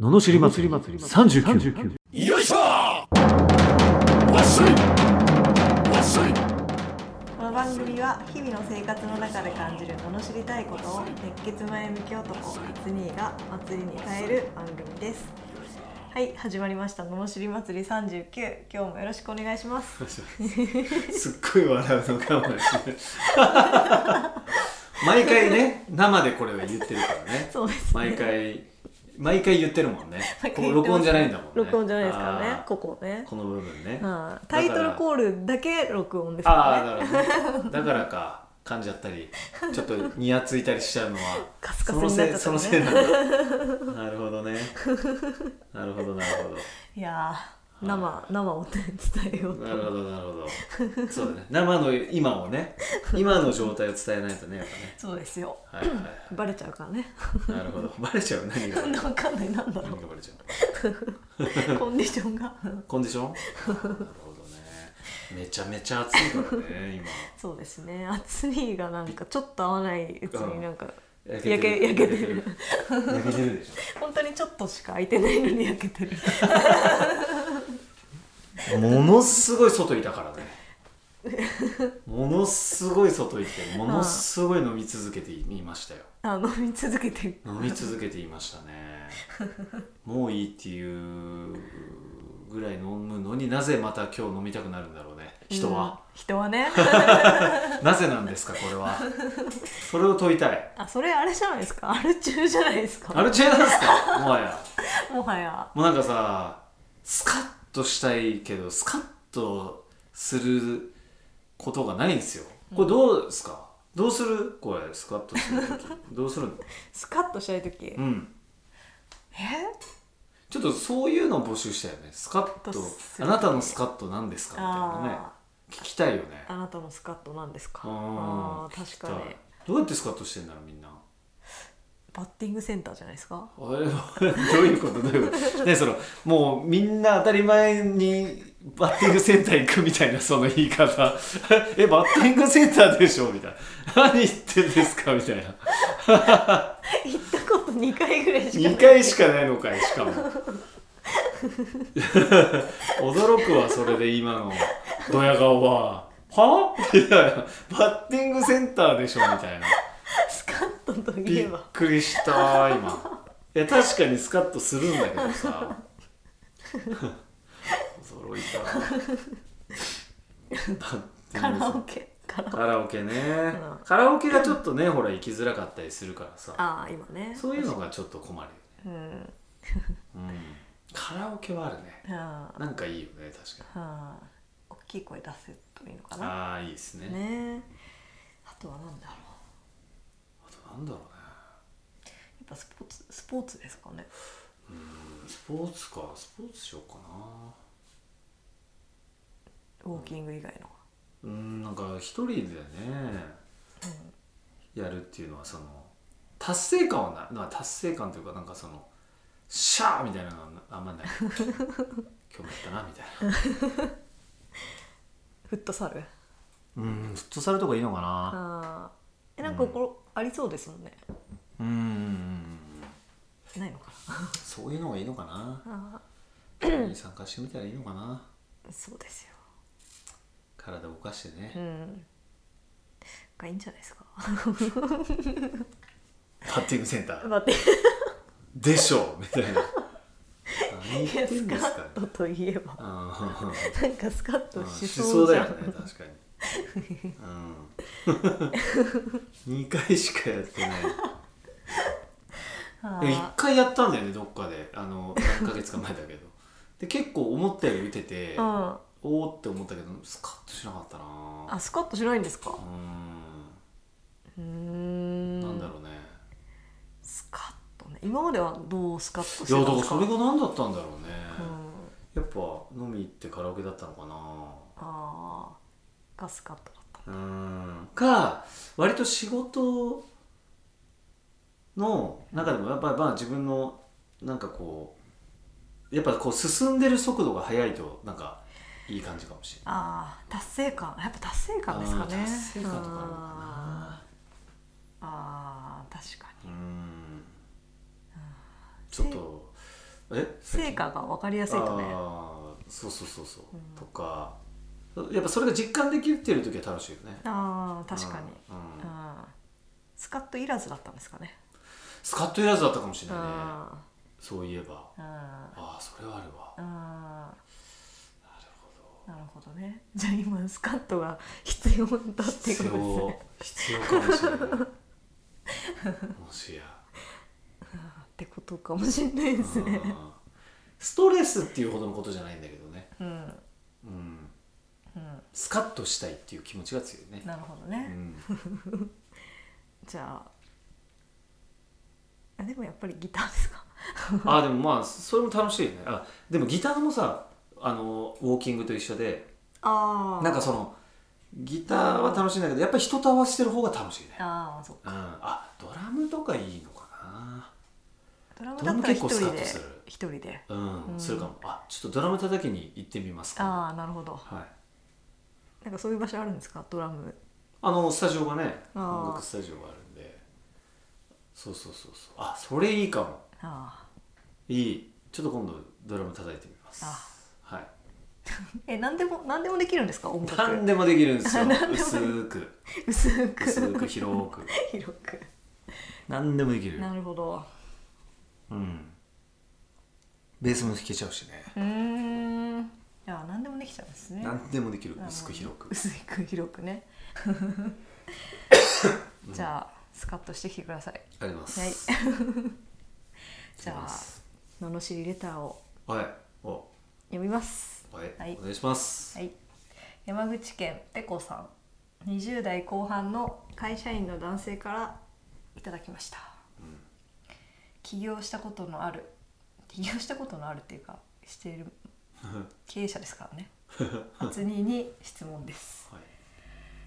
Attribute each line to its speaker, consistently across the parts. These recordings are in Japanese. Speaker 1: ののしり祭り39
Speaker 2: よいしょわっしょいわっしょい
Speaker 3: この番組は日々の生活の中で感じる罵りたいことを熱血前向き男ツニーが祭りに変える番組ですはい始まりました罵り祭り39今日もよろしくお願いします
Speaker 1: すっごい笑うの 我慢してる毎回ね生でこれを言ってるからね
Speaker 3: そうですね
Speaker 1: 毎回毎回言ってるもんね
Speaker 3: 毎
Speaker 1: こ
Speaker 3: 回言ってま
Speaker 1: こ
Speaker 3: す
Speaker 1: 録音じゃないんだもんね
Speaker 3: 録音じゃないですからね
Speaker 1: あー
Speaker 3: ここね
Speaker 1: この部分ね
Speaker 3: あータイトルコ
Speaker 1: ール
Speaker 3: ールだけ録音ですからね
Speaker 1: ああーなるほどだからか噛んじゃったりちょっとにやついたりしちゃうのは
Speaker 3: カスカス
Speaker 1: そ
Speaker 3: にな
Speaker 1: の
Speaker 3: っちゃっ
Speaker 1: せ
Speaker 3: たね
Speaker 1: いそのせいなんだなるほどねなるほどなるほど
Speaker 3: いやー生生を伝えようと
Speaker 1: なるほどなるほどそうだね生の今をね今の状態を伝えないとねやっ
Speaker 3: そうですよ
Speaker 1: ぱねはいは
Speaker 3: バレちゃうからね
Speaker 1: いなるほ どバレちゃう何が
Speaker 3: なんだわかんないなんだろ
Speaker 1: 何
Speaker 3: う
Speaker 1: がバレちゃう
Speaker 3: コンディションがうん
Speaker 1: コンディションなるほどねめちゃめちゃ暑いからね今
Speaker 3: そうですね厚みがなんかちょっと合わないうち
Speaker 1: うん
Speaker 3: になんか
Speaker 1: 焼
Speaker 3: けてる焼けてる
Speaker 1: 焼けてるでし
Speaker 3: 本当にちょっとしか空いてないのに焼け てる
Speaker 1: ょものすごい外いたからね ものすごい外行ってものすごい飲み続けていましたよ
Speaker 3: あ飲み続けてる
Speaker 1: 飲み続けていました ねもういいっていうぐらい飲むのになぜまた今日飲みたくなるんだろうね人は、、
Speaker 3: うん人は ね
Speaker 1: なぜなんですかこれはそれを問いたい
Speaker 3: あそれあれじゃないですかアル中じゃないです
Speaker 1: ア
Speaker 3: か
Speaker 1: ルチェなんですかもはや
Speaker 3: もはや
Speaker 1: もうなんかさスカッとしたいけどスカッとすることがないんですよこれどうですか、どうするこれスカッとする時どうするの
Speaker 3: スカッとしたい時、
Speaker 1: う
Speaker 3: え
Speaker 1: んちょっとそういうのを募集したよねスカッと
Speaker 3: どうす
Speaker 1: あ
Speaker 3: る
Speaker 1: なたのスカッと何ですかみたいなね
Speaker 3: あ
Speaker 1: 聞きたいよね
Speaker 3: ーあなたのスカッとなんですか
Speaker 1: うん
Speaker 3: あー
Speaker 1: 聞き
Speaker 3: 確
Speaker 1: たい
Speaker 3: かに
Speaker 1: どうやってスカッとしてんだろうみんな
Speaker 3: バッティングセンターじゃないですか
Speaker 1: あれどういうことどういうことねそのもうみんな当たり前にバッティングセンター行くみたいなその言い方 えバッティングセンターでしょみたいな 何言ってんですかみたいな
Speaker 3: 行ったこと2回ぐらいしか
Speaker 1: 2
Speaker 3: ない
Speaker 1: 回しかないのかいしかも 驚くわそれで今のドヤ顔ははみたいなバッティングセンターでしょみたいな
Speaker 3: スカッととい
Speaker 1: び
Speaker 3: え
Speaker 1: っ
Speaker 3: ば
Speaker 1: くりした今いや確かにスカッとするんだけどさ驚いた
Speaker 3: カ
Speaker 1: な
Speaker 3: ラオケカラオケ
Speaker 1: カラオケね、
Speaker 3: うん
Speaker 1: カラオケがちょっとねほら行きづらかったりするからさ
Speaker 3: ああ今ね
Speaker 1: そういうのがちょっと困るよね
Speaker 3: うん
Speaker 1: うん、カラオケはあるね
Speaker 3: あー
Speaker 1: なんかいいよね確かに
Speaker 3: あー大きい声出せといいのかな
Speaker 1: ああーいいですね
Speaker 3: ねあとはなんだろう
Speaker 1: あとなんだろうね
Speaker 3: やっぱスポーツスポーツですかね
Speaker 1: うんスポーツかスポーツしようかな
Speaker 3: ウォーキング以外の
Speaker 1: うんなんか一人でね、やるっていうのはその達成感はなな達成感というかなんかそのシャーみたいなのはなあんまない今日もやったなみたいな
Speaker 3: フットサル
Speaker 1: うんフットサルとかいいのかな
Speaker 3: ああえなんかこれ、ありそうですもんね
Speaker 1: うんうんうん
Speaker 3: ないのか
Speaker 1: そういうのがいいのかな
Speaker 3: なあ
Speaker 1: それに参加してみたらいいのかな
Speaker 3: ーそうですよ
Speaker 1: 体を動かしてね、
Speaker 3: うんがいいんじゃないですか
Speaker 1: パッティングセンター
Speaker 3: 待って
Speaker 1: でしょみたいな何言って
Speaker 3: ス
Speaker 1: ん
Speaker 3: カ
Speaker 1: ですかね
Speaker 3: ッとといえば
Speaker 1: あー
Speaker 3: なんかスカッ
Speaker 1: う
Speaker 3: と
Speaker 1: ん
Speaker 3: し
Speaker 1: し
Speaker 3: そ
Speaker 1: そうう
Speaker 3: じ
Speaker 1: だ
Speaker 3: ゃ
Speaker 1: よ
Speaker 3: ん、
Speaker 1: ね確かに、うん、2回しかやってない
Speaker 3: あ
Speaker 1: でも
Speaker 3: ー
Speaker 1: 1回やったんだよねどっかであの何ヶ月か前だけどで結構思ったより打てて、
Speaker 3: う
Speaker 1: お
Speaker 3: ん
Speaker 1: おーって思ったけどスカッとしなかったな
Speaker 3: あスカッとしないんですか
Speaker 1: う
Speaker 3: うー
Speaker 1: ー
Speaker 3: ん
Speaker 1: んなんだろうね
Speaker 3: スカッとね今まではどうスカッとして
Speaker 1: い
Speaker 3: た
Speaker 1: や
Speaker 3: ん
Speaker 1: だか
Speaker 3: で
Speaker 1: ら
Speaker 3: すか
Speaker 1: それが何だったんだろうね、
Speaker 3: うん
Speaker 1: やっぱ飲み行ってカラオケだったのかな
Speaker 3: あーがスカッとだった
Speaker 1: うんか割と仕事の中でもやっぱりまあ自分のなんかこうやっぱこう進んでる速度が速いとなんかいい感じかもしれない
Speaker 3: ああ達成感やっぱ達成感ですかね
Speaker 1: あー達成感とかあるのか
Speaker 3: あ
Speaker 1: な
Speaker 3: ーあー確か
Speaker 1: うんちょっと
Speaker 2: え
Speaker 3: 成果が分かりやすいとね
Speaker 2: あーそうそうそうそう、とかやっぱそれが実感できてる時は楽しいよね
Speaker 3: あー確かに、
Speaker 2: うんうん
Speaker 3: あースカッといらずだったんですかね
Speaker 2: スカッといらずだったかもしれないね
Speaker 3: あ
Speaker 2: そういえば
Speaker 3: ーあ
Speaker 2: ああそれはあるわ
Speaker 3: ーあーなるほどねじゃあ今スカッとが必要だってことです
Speaker 2: 必要
Speaker 3: ね
Speaker 2: 必要かもしれないもしや
Speaker 3: ってことかもしれないですね
Speaker 2: うんストレスっていうほどのことじゃないんだけどね、
Speaker 3: うん、
Speaker 2: うん、
Speaker 3: うん、
Speaker 2: スカッとしたいっていう気持ちが強いね
Speaker 3: なるほど
Speaker 2: う
Speaker 3: ね、
Speaker 2: ん、
Speaker 3: じゃああでもやっぱりギターですか
Speaker 2: あーでもまあそれも楽しいねあでもギターもさあのウォーキングと一緒で
Speaker 3: あ
Speaker 2: なんかそのギターは楽しいんだけどやっぱり人と合わせてる方が楽しいね、
Speaker 3: ああそう
Speaker 2: うん、あドラムとかいいのかな
Speaker 3: ドラムだったら一
Speaker 2: ドラ
Speaker 3: 人
Speaker 2: ム結構スカッ
Speaker 3: で
Speaker 2: とする
Speaker 3: 一人で
Speaker 2: うん、
Speaker 3: うん
Speaker 2: するかもあちょっとドラム叩きに行ってみますか
Speaker 3: ああなるほど
Speaker 2: はい
Speaker 3: なんかそういう場所あるんですかドラム
Speaker 2: あのスタジオがね
Speaker 3: あー
Speaker 2: 音楽スタジオがあるんでそうそうそうそうあそれいいかも
Speaker 3: あ
Speaker 2: いいちょっと今度ドラム叩いてみます
Speaker 3: あ
Speaker 2: はい
Speaker 3: あえ何でも何でもできるんですか音
Speaker 2: 何
Speaker 3: 楽
Speaker 2: でもできるんですよ
Speaker 3: 何でも
Speaker 2: 薄く
Speaker 3: 薄く
Speaker 2: 薄く広く
Speaker 3: 広く
Speaker 2: 何でもできる
Speaker 3: なるほど
Speaker 2: うんベースも弾けちゃうしね
Speaker 3: うーんいや何でもできちゃうんですね
Speaker 2: 何でもできる
Speaker 3: あの
Speaker 2: 薄く広く
Speaker 3: 薄く広くねじゃあスカッとしてきてください
Speaker 2: あります
Speaker 3: はいじ
Speaker 2: あり
Speaker 3: ゃあ
Speaker 2: ます
Speaker 3: 罵りレターを
Speaker 2: はいお
Speaker 3: 読みます
Speaker 2: はい、
Speaker 3: はい
Speaker 2: お願いします、
Speaker 3: はい山口県ペコさん20代後半の会社員の男性からいただきました、起業したことのある起業したことのあるっていうかしている経営者ですからね初にに質問です
Speaker 2: はい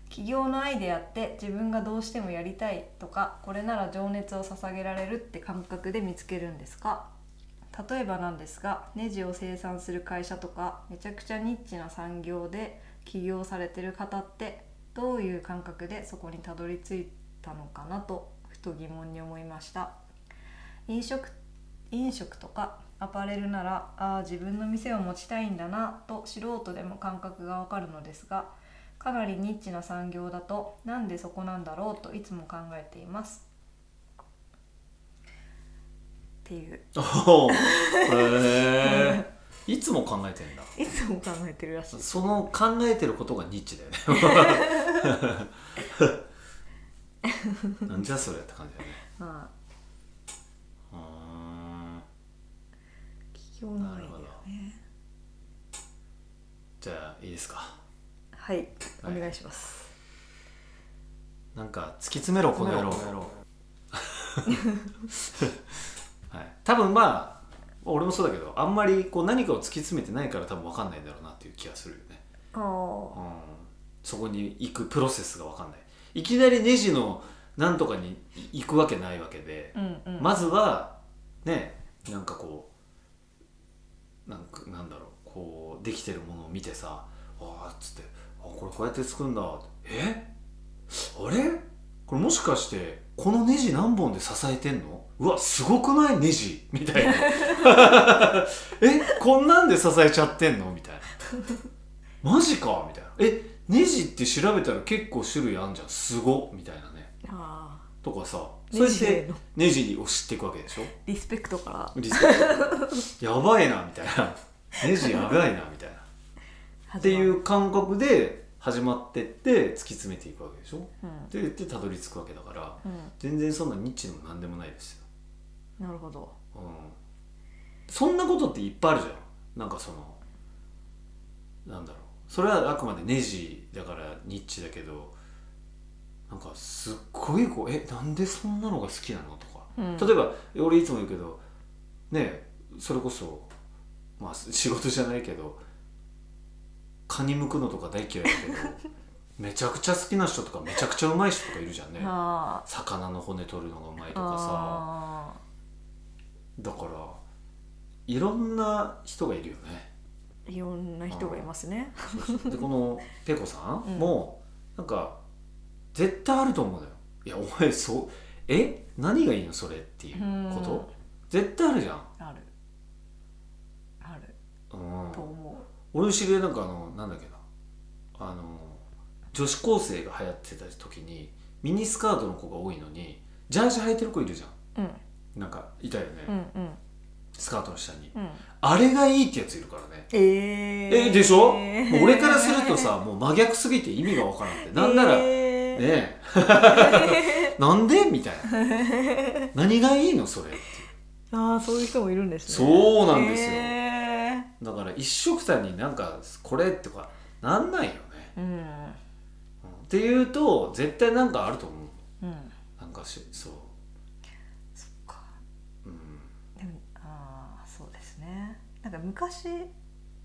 Speaker 3: 起業のアイデアって自分がどうしてもやりたいとかこれなら情熱を捧げられるって感覚で見つけるんですか例えばなんですがネジを生産する会社とかめちゃくちゃニッチな産業で起業されてる方ってどういう感覚でそこにたどり着いたのかなとふと疑問に思いました飲食飲食とかアパレルならああ自分の店を持ちたいんだなと素人でも感覚がわかるのですがかなりニッチな産業だとなんでそこなんだろうといつも考えていますっていう
Speaker 2: おおへえいつも考えてんだ
Speaker 3: いつも考えてるらしい
Speaker 2: その考えてることがニッチだよねなんじゃそれって感じだよね
Speaker 3: ま
Speaker 2: うーん
Speaker 3: あ企業のアイデアね
Speaker 2: じゃあいいですか
Speaker 3: はい、
Speaker 2: はい
Speaker 3: お願いします
Speaker 2: なんか突き詰めろこの野郎はい多分まあ俺もそうだけどあんまりこう何かを突き詰めてないから多分分かんないんだろうなっていう気がするよね
Speaker 3: あ
Speaker 2: う
Speaker 3: あ
Speaker 2: んそこに行くプロセスが分かんないいきなりネジのなんとかに行くわけないわけで、
Speaker 3: うんうん
Speaker 2: まずはねなんかこうなんかなんだろうこうできてるものを見てさ「あーっつって「あこれこうやって作るんだ」えあれこれもしかしてこのネジ何本で支えてんのうわすごくないネジ」みたいな 「えこんなんで支えちゃってんの?」みたいな「マジか」みたいな「えネジって調べたら結構種類あんじゃんすご」みたいなね
Speaker 3: あ
Speaker 2: とかさ
Speaker 3: ネ
Speaker 2: それ
Speaker 3: ジへ
Speaker 2: で
Speaker 3: の
Speaker 2: ネジに押していくわけでしょ
Speaker 3: ーリスペクトから
Speaker 2: リスペクトやばいなみたいなネジやばいなみたいなっ
Speaker 3: 始
Speaker 2: て
Speaker 3: ま
Speaker 2: い
Speaker 3: る
Speaker 2: う感覚で始まってって突き詰めていくわけでしょ
Speaker 3: うん
Speaker 2: でってたどり着くわけだから
Speaker 3: うん
Speaker 2: 全然そんなニッチでも何でもないですよ、
Speaker 3: なるほど
Speaker 2: うん、そんなことっていっぱいあるじゃんなんかそのなんだろうそれはあくまでネジだからニッチだけどなんかすっごいこうえなんでそんなのが好きなのとか
Speaker 3: うん
Speaker 2: 例えば俺いつも言うけどねそれこそまあ仕事じゃないけどカニ剥くのとか大嫌いだけど めちゃくちゃ好きな人とかめちゃくちゃうまい人とかいるじゃんね
Speaker 3: ああ
Speaker 2: 魚の骨取るのがうまいとかさ
Speaker 3: あ
Speaker 2: だからいろんな人がいるよ ね
Speaker 3: ーいろんな人がいますね
Speaker 2: でこのペコさ
Speaker 3: うん
Speaker 2: んもなんか絶対あると思うのよいやお前そうえ何がいいのそれっていうこと絶対あるじゃん
Speaker 3: ある
Speaker 2: 俺の知り合いなんかあのなんだっけなあの女子高生が流行ってた時にミニスカートの子が多いのにジャージ履いてる子いるじゃ
Speaker 3: うん
Speaker 2: んなんかいたよね、
Speaker 3: うんうん
Speaker 2: スカートの下に
Speaker 3: うん
Speaker 2: あれがいいってやついるからね
Speaker 3: えー、
Speaker 2: えでしょ、 もう俺からするとさもう真逆すぎて意味がわからんってなんなら、
Speaker 3: えー
Speaker 2: ねえ なんでみたいな 何がいいのそれ
Speaker 3: ああそういう人もいるんですね
Speaker 2: そうなんですよ、
Speaker 3: え
Speaker 2: だから一緒くたになんかこれとかなんないよね、
Speaker 3: ー、うん
Speaker 2: うんっていうと絶対なんかあると思う
Speaker 3: うん
Speaker 2: なんかしそう
Speaker 3: そっか
Speaker 2: うん
Speaker 3: でもああそうですねなんか昔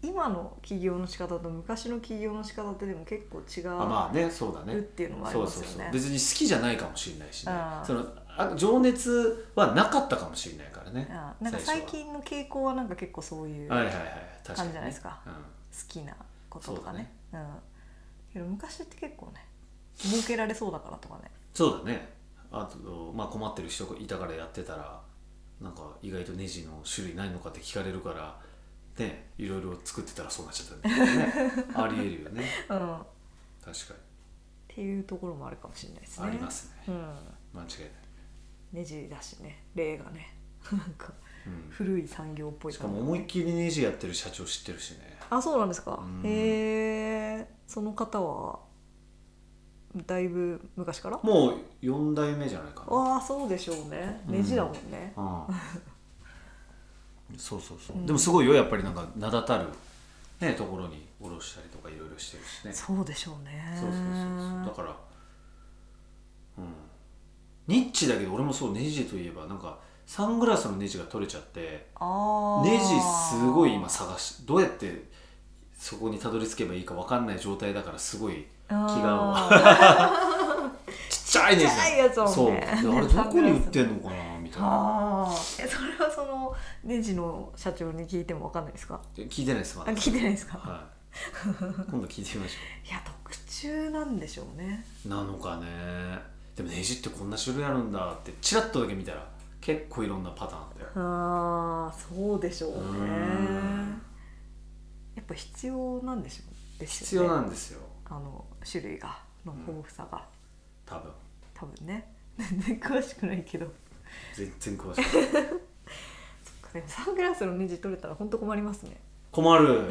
Speaker 3: 今の起業の仕方と昔の起業の仕方ってでも結構違う
Speaker 2: あまあねそうだね
Speaker 3: るっていうのもあり
Speaker 2: そう
Speaker 3: ま
Speaker 2: そう
Speaker 3: す
Speaker 2: そ
Speaker 3: よ
Speaker 2: う
Speaker 3: ね
Speaker 2: 別に好きじゃないかもしれないしね
Speaker 3: あー
Speaker 2: そのあ情熱はなかったかもしれないからね
Speaker 3: あーなんか最近の傾向はなんか結構そういう
Speaker 2: はい
Speaker 3: 好
Speaker 2: はいはい確かに、ね、
Speaker 3: 感じじゃないですか
Speaker 2: うん、
Speaker 3: きなこととかねうん、けど昔って結構ね儲けられそうだからとかね
Speaker 2: そうだねあと、まあ、困ってる人がいたからやってたらなんか意外とネジの種類ないのかって聞かれるからねいろいろ作ってたらそうなっちゃったんだけど ねありえるよね
Speaker 3: うんっ
Speaker 2: 確かに
Speaker 3: ていうところもあるかもしれないですね
Speaker 2: ありますね
Speaker 3: うん
Speaker 2: 間違いない
Speaker 3: ネジだしね例がね なんか
Speaker 2: うん
Speaker 3: 古い産業っぽい
Speaker 2: しか
Speaker 3: 感じ
Speaker 2: も思いっきりネジやってる社長知ってるしね
Speaker 3: あそうなんですか
Speaker 2: うん
Speaker 3: へえその方はだいぶ昔から
Speaker 2: もう4代目じゃないかな
Speaker 3: ああそうでしょうね
Speaker 2: うん
Speaker 3: ネジだもんね、
Speaker 2: うんそうそうそう、
Speaker 3: うん
Speaker 2: でもすごいよやっぱりなんか名だたるねところに下ろしたりとかいろいろしてるしね
Speaker 3: そうでしょうね
Speaker 2: そうそうそうそうだからうんニッチだけど俺もそうネジといえばなんかサングラスのネジが取れちゃって
Speaker 3: ああ
Speaker 2: ネジすごい今探しどうやってそこにたどり着けばいいか分かんない状態だからすごい
Speaker 3: 気が
Speaker 2: 気が合うちっちゃいネジ
Speaker 3: ちっちゃいやつだ
Speaker 2: そ
Speaker 3: も
Speaker 2: うんで
Speaker 3: ね
Speaker 2: あ れどこに売ってんのかなみたいな
Speaker 3: ああえそれはそのネジの社長に聞いてもわかんないですか
Speaker 2: で聞いてないですま
Speaker 3: あ
Speaker 2: だ、
Speaker 3: 聞いてないですか、
Speaker 2: はい、今度聞いてみましょ
Speaker 3: い、や特注なんでしょうね
Speaker 2: うなのかねでもネジってこんな種類あるんだってチラッとだけ見たら結構いろんなパターンあって
Speaker 3: ああそうでしょうね
Speaker 2: うん
Speaker 3: やっぱ必要なんでしょうですよね
Speaker 2: 必要なんですよ
Speaker 3: あの種類がの豊富さが、
Speaker 2: 多分
Speaker 3: 多分ね全然詳しくないけど
Speaker 2: 全然詳しくない
Speaker 3: でもサングラスのネジ取れたら本当困りますね
Speaker 2: 困 る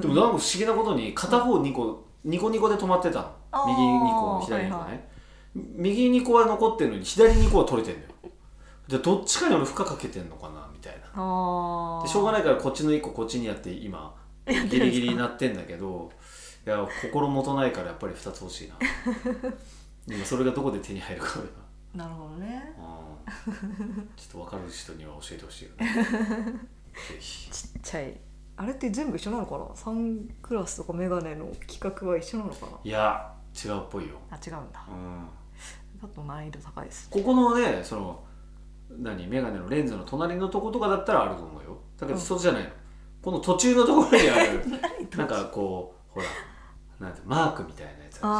Speaker 2: でもなんか不思議なことに片方2個ニコニコで止まってたの
Speaker 3: あー
Speaker 2: 右2個左2個ね、
Speaker 3: はいはい
Speaker 2: 右2個は残ってるのに左2個は取れてんのよじゃあどっちかに俺負荷かけてんのかなみたいな
Speaker 3: あ
Speaker 2: で
Speaker 3: あ
Speaker 2: しょうがないからこっちの1個こっちにやって今ギリギリになってんだけどいや心もとないからやっぱり2つ欲し いな今それがどこで手に入るか
Speaker 3: なるほどね
Speaker 2: 今うんちょっと分かる人には教えてほしいよ ねぜひ
Speaker 3: ちっちゃいあれって全部一緒なのかなサングラスとかメガネの規格は一緒なのか
Speaker 2: いや違うっぽいよ、
Speaker 3: なあ違うんだ
Speaker 2: うん、
Speaker 3: ちょっと難易度高いです
Speaker 2: ここのねその何眼鏡のレンズの隣のとことかだったらあると思うよだけど
Speaker 3: うん
Speaker 2: そうじゃないの、この途中のところにある
Speaker 3: 途
Speaker 2: な
Speaker 3: 中
Speaker 2: んかこうほらなんてマークみたいなやつあるじゃん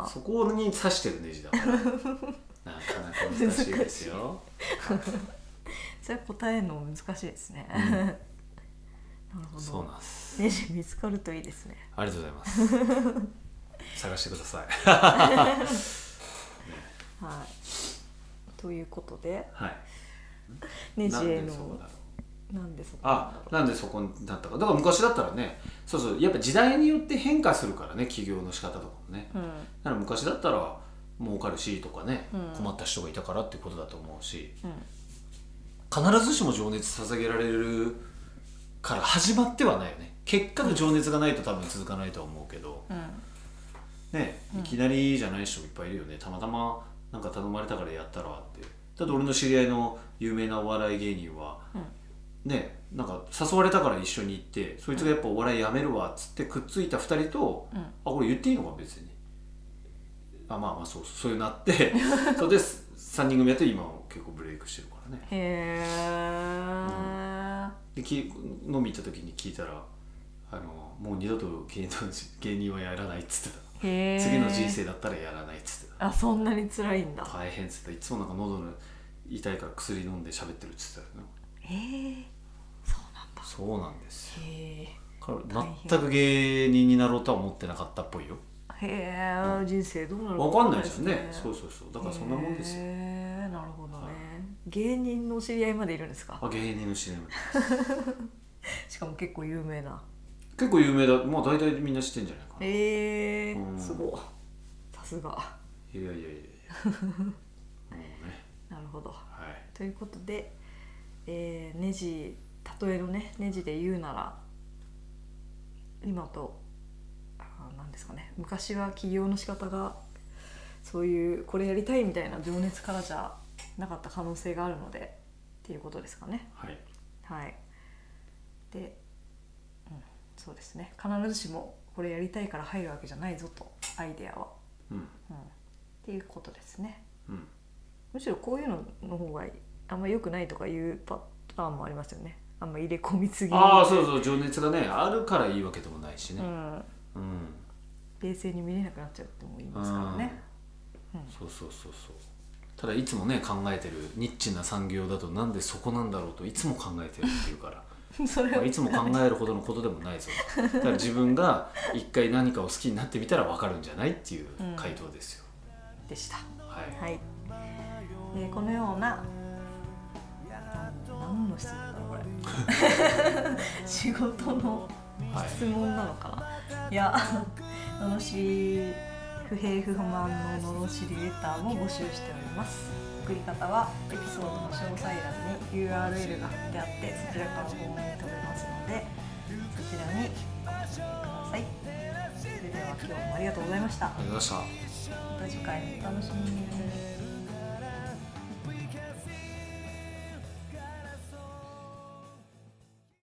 Speaker 3: ああ
Speaker 2: そこに刺してるネジだ からなかなか難しいですよ
Speaker 3: それは答えるの難しいですね、
Speaker 2: ん
Speaker 3: なるほど
Speaker 2: そうなんです
Speaker 3: ネジ見つかるといいですね
Speaker 2: ありがとうございます 探してください
Speaker 3: はいということで
Speaker 2: はい
Speaker 3: ネジ
Speaker 2: なん
Speaker 3: へ
Speaker 2: でそこ
Speaker 3: の
Speaker 2: だろう
Speaker 3: なんでそこなんだ
Speaker 2: あなんでそこになったかだから昔だったらねそうそうやっぱ時代によって変化するからね起業の仕方とかもね
Speaker 3: ろううん
Speaker 2: だから昔だったら儲かるしとかね、
Speaker 3: うん
Speaker 2: 困った人がいたからっていうことだと思うし
Speaker 3: うん
Speaker 2: 必ずしも情熱捧げられるから始まってはないよね結果情熱がないと多分続かないとは思うけど、
Speaker 3: うん
Speaker 2: ね、いきなりじゃない人もいっぱいいるよね、たまたまなんか頼まれたからやったらってだって俺の知り合いの有名なお笑い芸人は、ねなんか誘われたから一緒に行ってそいつがやっぱお笑いやめるわっつってくっついた2人と、
Speaker 3: うん
Speaker 2: あこれ言っていいのか別にあまあまあそうそういうなって それで3人組やって今は結構ブレイクしてるからね
Speaker 3: へえ、
Speaker 2: でき飲み行った時に聞いたらあのもう二度と芸能人芸人はやらないっつってた
Speaker 3: へえ
Speaker 2: 次の人生だったらやらないっつってた
Speaker 3: あそんなに辛いんだ
Speaker 2: 大変っつっていつもなんか喉の痛いから薬飲んで喋ってるっつってたよね
Speaker 3: へえそうなんだ
Speaker 2: そうなんですよ
Speaker 3: へえ
Speaker 2: 彼
Speaker 3: 大変
Speaker 2: 全く芸人になろうとは思ってなかったっぽいよ
Speaker 3: へえ人生どうなる
Speaker 2: わかんないですよねそううそうそうだからそんなもんですよ
Speaker 3: へえなるほどね、芸人のお知り合いまでいるんですか
Speaker 2: あ芸人の知り合いも
Speaker 3: しかも結構有名な
Speaker 2: 結構有名だまあ大体みんな知ってんじゃないかな
Speaker 3: ええ
Speaker 2: うん
Speaker 3: すごいさすが
Speaker 2: いやいやいや いやもうね
Speaker 3: なるほど
Speaker 2: はい
Speaker 3: ということで、えーネジ例えのねネジで言うなら今とあーなんですかね昔は起業の仕方がそういうこれやりたいみたいな情熱からじゃなかった可能性があるのでっていうことですかね
Speaker 2: はい
Speaker 3: はいで、うん、そうですね必ずしもこれやりたいから入るわけじゃないぞとアイデアは、
Speaker 2: うん
Speaker 3: うん、っていうことですね
Speaker 2: うん
Speaker 3: むしろこういうのの方があんま良くないとかいうパターンもありますよねあんま入れ込みすぎに
Speaker 2: ああそうそう情熱がねあるからいいわけでもないしね
Speaker 3: うん、
Speaker 2: うん、
Speaker 3: 冷静に見れなくなっちゃうっても言いますからねうん
Speaker 2: そうそうそうそうただいつもね考えてるニッチな産業だとなんでそこなんだろうといつも考えてるっていうから
Speaker 3: それ
Speaker 2: ま
Speaker 3: は
Speaker 2: あいつも考えるほどのことでもないぞだから自分が一回何かを好きになってみたら分かるんじゃないっていう回答ですよ、
Speaker 3: でした
Speaker 2: はい
Speaker 3: はい、でこのような何の質問だろうこれ 仕事の
Speaker 2: はい
Speaker 3: 質問なのかな、い、や罵り不平不満の罵りレターも募集しております送り方はエピソードの詳細欄に URL が貼ってあってそちらから訪問に飛べますのでそちらにお聞きくださいそれでは今日もありがとうございました
Speaker 2: ありがとうございました
Speaker 3: また次回のお楽しみに